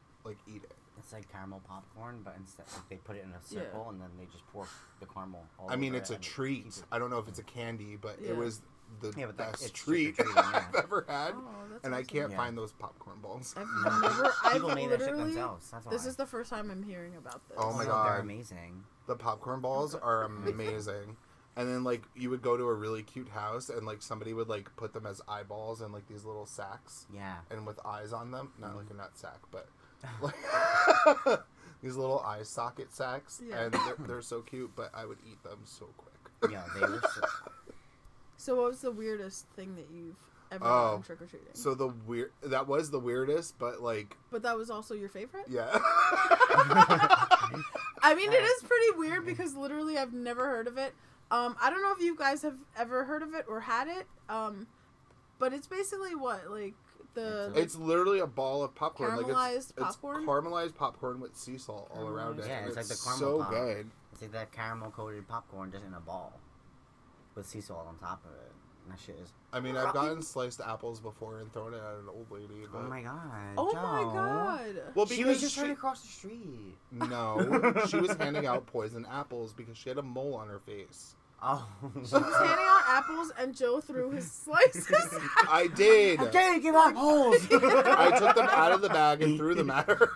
S1: like eat it.
S4: It's like caramel popcorn, but instead like, they put it in a circle and then they just pour the caramel. All
S1: I mean,
S4: over
S1: it's
S4: it
S1: a
S4: and keep
S1: treat.
S4: it-
S1: I don't know if it's a candy, but
S3: Yeah.
S1: it was the
S4: Yeah, but that-
S1: best
S4: it's
S1: treat
S4: trick-or-treating, yeah.
S1: I've ever had.
S3: Oh, that's
S1: and I
S3: awesome.
S1: can't
S4: Yeah.
S1: find those popcorn balls.
S3: I've
S4: No.
S3: never. I've
S4: People made that shit
S3: literally.
S4: themselves, that's
S3: this
S4: why.
S3: is the first time I'm hearing about this.
S1: Oh my
S4: no, They're
S1: God.
S4: amazing.
S1: The popcorn balls are amazing. And then like you would go to a really cute house and like somebody would like put them as eyeballs in like these little sacks
S4: Yeah.
S1: and with eyes on them. Not like a nut sack, but like these little eye socket sacks.
S3: Yeah.
S1: And they're, they're so cute, but I would eat them so quick.
S4: Yeah, they were. So,
S3: So what was the weirdest thing that you've ever
S1: Oh.
S3: done trick or treating?
S1: So the weird that was the weirdest, but like
S3: but that was also your favorite.
S1: yeah.
S3: I mean, it is pretty weird because literally I've never heard of it. Um, I don't know if you guys have ever heard of it or had it. Um, but it's basically what like the
S1: it's literally a ball of popcorn. like it's,
S3: Caramelized popcorn?
S1: It's caramelized popcorn with sea salt all around it.
S4: yeah,
S1: and
S4: it's like the
S1: so
S4: caramel pop.
S1: good.
S4: It's like that caramel coated popcorn just in a ball with sea salt on top of it. And that shit is.
S1: I mean, I've gotten sliced apples before and thrown it at an old lady. But...
S4: Oh my god.
S3: oh
S4: Joe.
S3: my god.
S1: Well,
S4: she was just trying to cross the street.
S1: No, she was handing out poison apples because she had a mole on her face.
S4: Oh.
S3: He's handing out apples and Joe threw his slices.
S1: I did.
S4: Okay, give up holes.
S1: I took them out of the bag and threw them at her.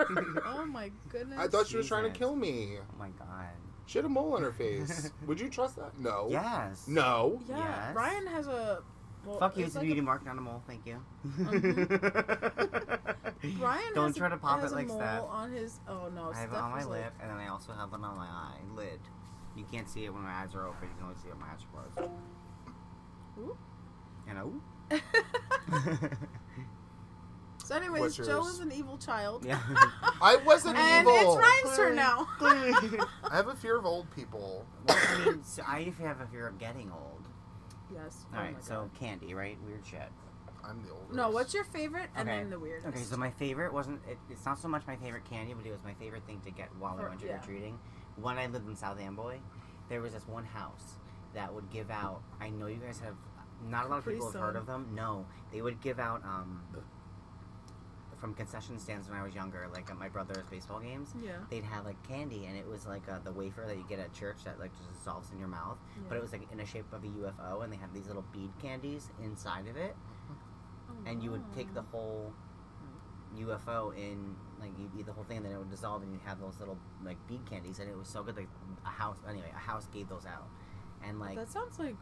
S3: oh my goodness.
S1: I thought she was trying to
S4: Jesus.
S1: kill me.
S4: Oh my god.
S1: She had a mole on her face. Would you trust that? No.
S4: Yes.
S1: Oh. No.
S3: Yeah,
S4: Yes.
S3: Ryan has a. Well,
S4: Fuck you, it's a
S3: like
S4: beauty marked animal. Thank you.
S3: Mm-hmm. Ryan
S4: Don't
S3: has
S4: try
S3: a,
S4: to pop
S3: has
S4: it
S3: a
S4: like
S3: mole
S4: Steph.
S3: on his. Oh no,
S4: I have it
S3: Steph
S4: on my
S3: was like-
S4: lip, and then I also have one on my eye lid. You can't see it when my eyes are open. You can only see it when my eyes are closed.
S3: Ooh.
S4: You know.
S3: So, anyways,
S1: What's
S3: Joe
S1: yours?
S3: is an evil child.
S4: yeah.
S1: I wasn't
S3: And
S1: evil.
S3: it's Ryan's turn now.
S1: I have a fear of old people.
S4: I mean, so I have a fear of getting old.
S3: yes. Oh
S4: All right, so candy, right? Weird shit.
S1: I'm the oldest.
S3: No, what's your favorite and
S4: Okay.
S3: then the weirdest?
S4: Okay, so my favorite wasn't. It, it's not so much my favorite candy, but it was my favorite thing to get while we
S3: Or-
S4: went trick
S3: yeah.
S4: or treating. When I lived in South Amboy, there was this one house that would give out. I know you guys have. Not a lot of
S3: Capri
S4: people have heard
S3: Sun.
S4: of them. No, they would give out um, from concession stands when I was younger, like at my brother's baseball games.
S3: Yeah.
S4: They'd have like candy, and it was like uh, the wafer that you get at church that like just dissolves in your mouth. But
S3: Yeah.
S4: it was like in a shape of a UFO, and they had these little bead candies inside of it and you would take the whole UFO in, like you'd eat the whole thing, and then it would dissolve, and you'd have those little like bead candies, and it was so good. Like a house, anyway, a house gave those out, and like
S3: That sounds like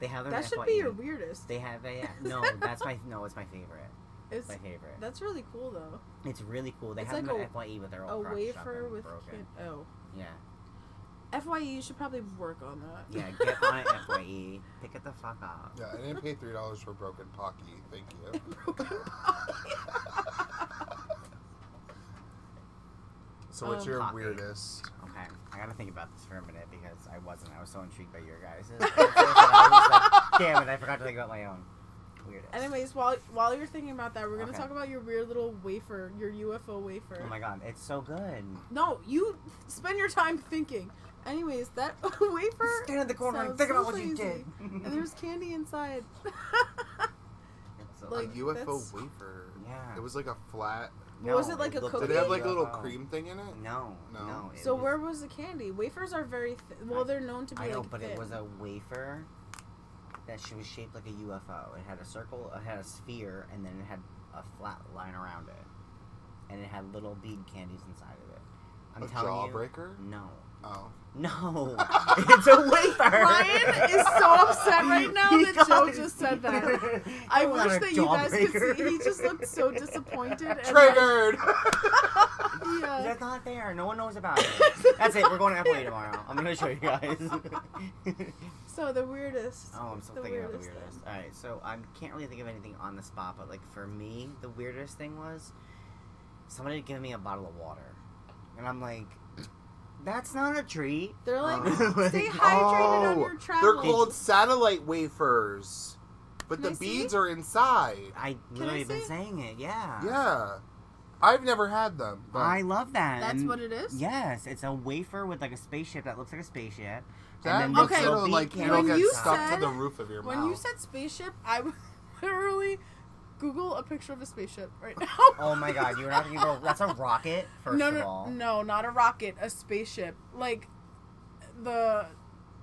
S4: they have them.
S3: that
S4: in
S3: should
S4: FYE.
S3: be your weirdest.
S4: They have a no. That's my no. It's my favorite.
S3: It's
S4: My favorite.
S3: that's really cool though.
S4: It's really cool. They
S3: It's
S4: have
S3: like
S4: them
S3: a-
S4: at FYE, but they're
S3: A
S4: all crock shop
S3: wafer
S4: and
S3: with
S4: broken.
S3: can- oh.
S4: Yeah,
S3: Fye, you should probably work on that.
S4: yeah. Get on it, FYE. Pick it the fuck up.
S1: Yeah, I didn't pay three dollars for broken pocky. Thank you. so what's
S3: Um,
S1: your
S4: Pocky.
S1: weirdest?
S4: Okay, I gotta think about this for a minute because I wasn't. I was so intrigued by your guys'. I was like, Damn it! I forgot to think about my own. Weirdest.
S3: Anyways, while while you're thinking about that, we're gonna
S4: Okay.
S3: talk about your weird little wafer, your UFO wafer.
S4: Oh my god, it's so good.
S3: No, you spend your time thinking. Anyways, that wafer.
S4: Stand in the corner and
S3: sounds
S4: think
S3: so
S4: about what you
S3: lazy.
S4: did.
S3: and there's candy inside.
S4: It's so
S1: A
S3: Like,
S4: good.
S1: UFO
S3: that's-
S1: wafer.
S4: Yeah.
S1: It was like a flat.
S3: What was it, like a
S4: looked
S1: Did
S3: Cookie?
S1: it have like a little
S4: UFO.
S1: cream thing in it?
S4: No,
S1: No.
S4: no. it
S3: so
S4: was-
S3: where was the candy? Wafers are very th- well,
S4: I-
S3: they're known to be
S4: I know,
S3: like
S4: but
S3: thin.
S4: it was a wafer that she was shaped like a UFO. It had a circle, it had a sphere, and then it had a flat line around it, and it had little bead candies inside of it. I'm
S1: A
S4: telling you. Mm-hmm.
S1: jawbreaker?
S4: No.
S1: Oh.
S4: No, it's a wafer.
S3: Ryan is so upset right now
S4: He
S3: that Joe
S4: got-
S3: just said that. I
S4: It was
S3: wish
S4: not a
S3: that you guys could see.
S4: jawbreaker.
S3: He just looked so disappointed. and, uh, like,
S1: Triggered.
S3: yeah.
S4: That's not there. No one knows about it. That's it. We're going to FLA tomorrow. I'm going to show you guys.
S3: So the weirdest.
S4: oh, I'm still
S3: The
S4: thinking about the
S3: weirdest thing.
S4: weirdest. All right, so I can't really think of anything on the spot, but like for me, the weirdest thing was somebody giving me a bottle of water, and I'm like, that's not a treat.
S3: They're like,
S4: Like,
S3: stay hydrated on your
S1: Oh,
S3: travels.
S1: They're called satellite wafers, but
S3: Can
S1: the
S3: I see?
S1: beads are inside.
S4: I
S3: I
S4: literally have been
S3: say-
S4: saying it. Yeah.
S1: Yeah, I've never had them. But
S4: Ah. I love that.
S3: That's
S4: and-
S3: what it is?
S4: Yes, it's a wafer with like a spaceship that looks like a spaceship.
S1: that
S4: and then
S1: looks
S3: Okay.
S4: little
S1: sort of
S4: bead
S1: like
S3: can-
S1: it'll
S4: candies
S3: When
S1: get
S3: you
S1: stuck
S4: inside.
S3: said-
S1: to the roof of your
S3: When
S1: mouth.
S3: you said spaceship, I would literally Google a picture of a spaceship right now.
S4: Oh my god, you're not evil. That's a rocket, first
S3: no,
S4: of
S3: no,
S4: all.
S3: no, not a rocket, a spaceship, like the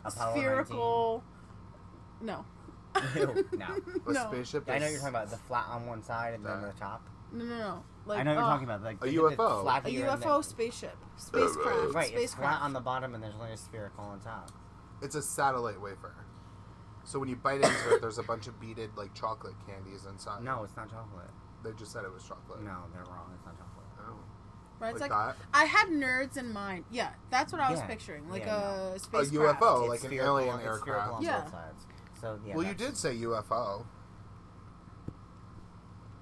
S4: Apollo
S3: spherical. No.
S4: Ew, no.
S1: a
S3: no.
S1: spaceship.
S4: I know
S1: is-
S4: you're talking about the flat on one side and then
S1: That.
S4: the top.
S3: No, no, no. Like,
S4: I know what you're
S3: uh,
S4: talking about. Like,
S1: A
S4: the- the
S1: UFO.
S4: flat
S3: A
S4: here and
S3: UFO
S4: then-
S3: spaceship, spacecraft,
S4: Right, it's
S3: spacecraft.
S4: flat on the bottom and there's only a spherical on top.
S1: It's a satellite wafer. So when you bite into it, there's a bunch of beaded like chocolate candies inside.
S4: No, it's not chocolate.
S1: they just said it was chocolate.
S4: No, they're wrong. It's not chocolate.
S1: Oh.
S3: right, it's
S1: like
S3: like
S1: that?
S3: I had nerds in mind. Yeah, that's what I was
S4: Yeah.
S3: picturing, like
S4: Yeah,
S3: a spacecraft.
S1: UFO. Oh, like
S4: It's
S1: an
S4: spherical-
S1: alien
S4: it's spherical on
S3: aircraft.
S4: both
S3: Yeah.
S4: sides. So, yeah.
S1: well, you
S4: that's-
S1: did say UFO.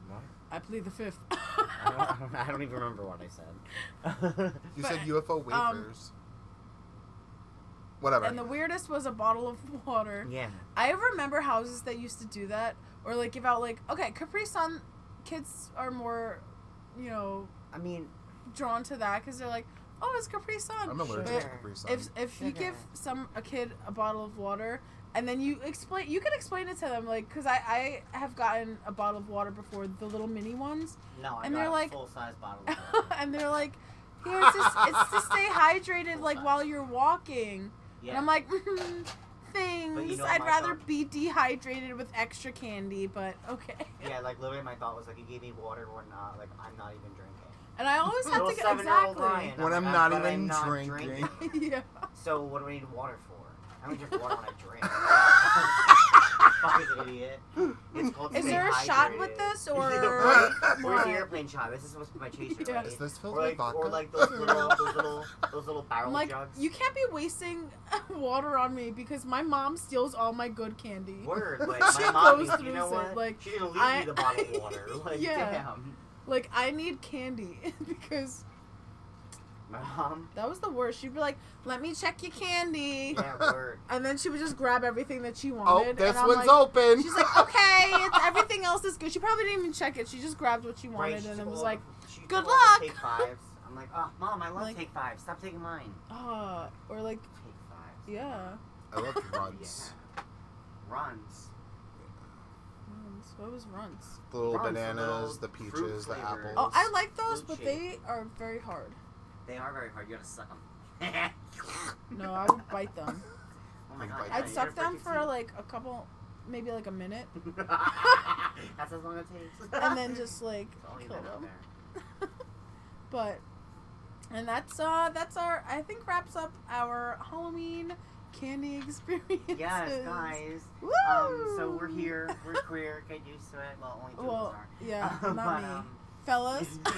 S4: What?
S3: I plead the fifth.
S4: I don't, I don't- I don't even remember what I said.
S1: You
S3: But,
S1: said UFO
S3: um,
S1: wafers. Whatever.
S3: and the weirdest was a bottle of water.
S4: yeah.
S3: I remember houses that used to do that, or like give out like okay, Capri Sun. Kids are more, you know,
S4: I mean,
S3: drawn to that because they're like, oh, it's Capri Sun.
S1: I'm allergic
S3: But
S1: to
S4: Sure.
S1: Capri Sun.
S3: If if you
S4: Sugar.
S3: give some a kid a bottle of water and then you explain, you can explain it to them like because I I have gotten a bottle of water before the little mini ones,
S4: no, I
S3: And
S4: got
S3: they're
S4: a
S3: like-
S4: full-size bottle of water.
S3: and they're like, here it's just it's to stay hydrated like while you're walking.
S4: Yeah.
S3: And I'm like, mm, things.
S4: know
S3: I'd
S4: my
S3: rather
S4: thought-
S3: be dehydrated with extra candy, but okay.
S4: Yeah, like literally, my thought was like, you gave me water when not like I'm not even drinking.
S3: And I always have
S4: Little
S3: to get
S4: seven-year-old
S3: exactly.
S4: Ryan,
S1: When I'm
S4: like,
S1: not
S4: but I'm
S1: even
S4: not
S1: drinking."
S3: yeah.
S4: So what do I need water for? I don't drink water when I drink. fucking idiot. It's called
S5: Is
S4: stay
S5: there a shot with
S4: hydrated.
S5: this,
S4: Yeah,
S5: or
S4: right. or
S5: No.
S4: is the airplane shot? This is supposed to be my chaser.
S3: Yeah.
S4: right?
S1: Is this filled
S4: or
S1: with
S4: like,
S1: vodka?
S4: Or like those little, those little, those little barrel
S3: I'm like,
S4: jugs.
S3: you can't be wasting water on me because my mom steals all my good candy.
S4: Word, like my
S3: She
S4: mom,
S3: goes
S4: you know
S3: through it,
S4: what?
S3: like,
S4: she didn't leave
S3: I-
S4: me the bottle of water. Like,
S3: Yeah.
S4: damn.
S3: Like, I need candy because
S4: My mom.
S3: that was the worst. She'd be like, let me check your candy.
S4: Yeah, word.
S3: And then she would just grab everything that she
S1: Oh,
S3: wanted.
S1: this
S3: and I'm
S1: one's
S3: like,
S1: open.
S3: She's like, okay, it's, everything else is good. She probably didn't even check it. She just grabbed what she wanted
S4: Right, she
S3: and
S4: took
S3: it was
S4: all
S3: like,
S4: the- she took
S3: "Good
S4: all the
S3: luck."
S4: Take fives. I'm like, oh, mom, I love
S3: Like-
S4: take five. Stop taking mine.
S3: ah, or like,
S4: Take fives.
S3: yeah.
S1: I love runs.
S4: Yeah. Runs.
S3: Runs. What Mm, was runs?
S1: The little
S4: Runs, the
S1: bananas,
S4: little
S1: the
S4: fruit
S1: peaches, the
S4: flavors.
S1: apples.
S3: Oh, I like those,
S4: Blue
S3: but they
S4: cheese.
S3: are very hard.
S4: They are very hard. You gotta suck them.
S3: No, I would bite them.
S4: Oh my god.
S1: I'd
S4: yeah,
S3: I'd
S4: you
S3: suck
S4: gotta
S3: them
S4: freaking
S3: for
S4: see.
S3: like a couple, maybe like a minute,
S4: That's as long as it takes.
S3: and then just like
S4: It's all
S3: kill
S4: even out
S3: them.
S4: there.
S3: But, and that's uh, that's our. I think wraps up our Halloween candy experience.
S4: Yes, guys.
S3: Woo!
S4: Um, so we're here. We're queer. Get used to it. Well, only two
S3: Well,
S4: of us
S3: yeah,
S4: are.
S3: not me,
S4: but,
S3: fellas.
S4: Um,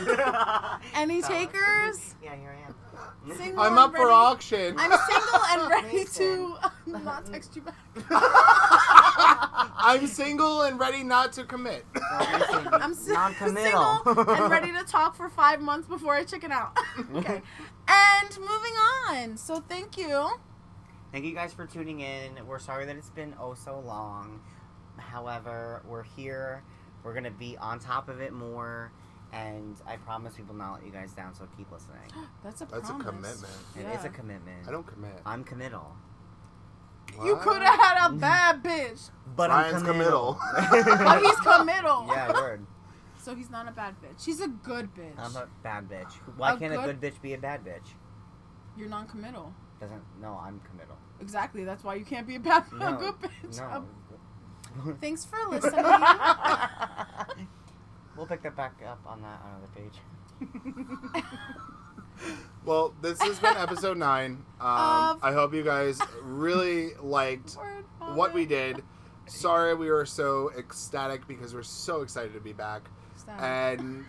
S3: Any
S4: so-
S3: takers?
S4: Yeah, here I am.
S3: Single
S1: I'm
S3: and
S1: up for
S3: ready-
S1: auction.
S3: I'm single and ready to
S4: Listen.
S3: not text you back.
S1: I'm single and ready not to commit.
S3: I'm si-
S4: Non-committal.
S3: single and ready to talk for five months before I chicken out. okay. And moving on. So thank you.
S4: Thank you guys for tuning in. We're sorry that it's been oh so long. However, we're here. We're gonna be on top of it more, and I promise we will not let you guys down. So keep listening.
S3: That's a
S1: That's a
S3: promise.
S1: commitment.
S4: It is
S3: Yeah.
S4: a commitment.
S1: I don't commit.
S4: I'm committal,
S3: You
S1: What?
S3: could have had a bad bitch,
S4: but
S1: Ryan's
S4: I'm committal.
S3: but he's committal.
S4: yeah, word.
S3: So he's not a bad bitch. He's a good bitch.
S4: I'm a bad bitch. Why
S3: A
S4: can't a
S3: good-
S4: good bitch be a bad bitch?
S3: You're non-committal.
S4: Doesn't. No, I'm committal.
S3: Exactly. That's why you can't be a bad, a
S4: No,
S3: good bitch.
S4: No.
S3: Um, thanks for listening.
S4: we'll pick that back up on that on another page.
S1: Well, this has been episode nine. Um,
S3: Of-
S1: I hope you guys really liked
S3: Word
S1: what we
S3: vomit.
S1: did. Sorry, we were so ecstatic because we're so excited to be back.
S3: Stop.
S1: And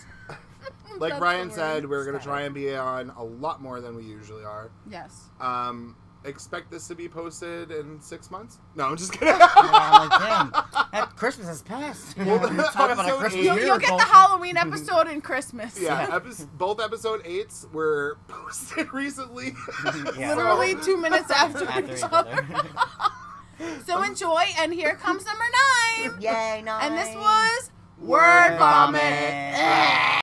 S1: like
S3: That's
S1: Ryan
S3: the
S1: said,
S3: word.
S1: we're going to
S4: Ecstatic.
S1: try and be on a lot more than we usually are.
S3: Yes.
S1: Um, expect this to be posted in six months? No, I'm just kidding.
S4: And I'm like, damn, that Christmas has passed.
S1: Well,
S4: We were talking about a
S1: episode
S4: Christmas
S1: eight-
S3: You'll, you'll get
S4: miracle.
S3: the Halloween episode in Christmas.
S1: yeah, epi- both episode eights were posted recently.
S4: Yeah.
S3: Literally two minutes after,
S4: After
S3: each
S4: each
S3: other. so enjoy, and here comes number nine.
S4: Yay, no.
S3: And this was
S1: Word
S4: Vomit.
S3: Eh.
S1: vomit.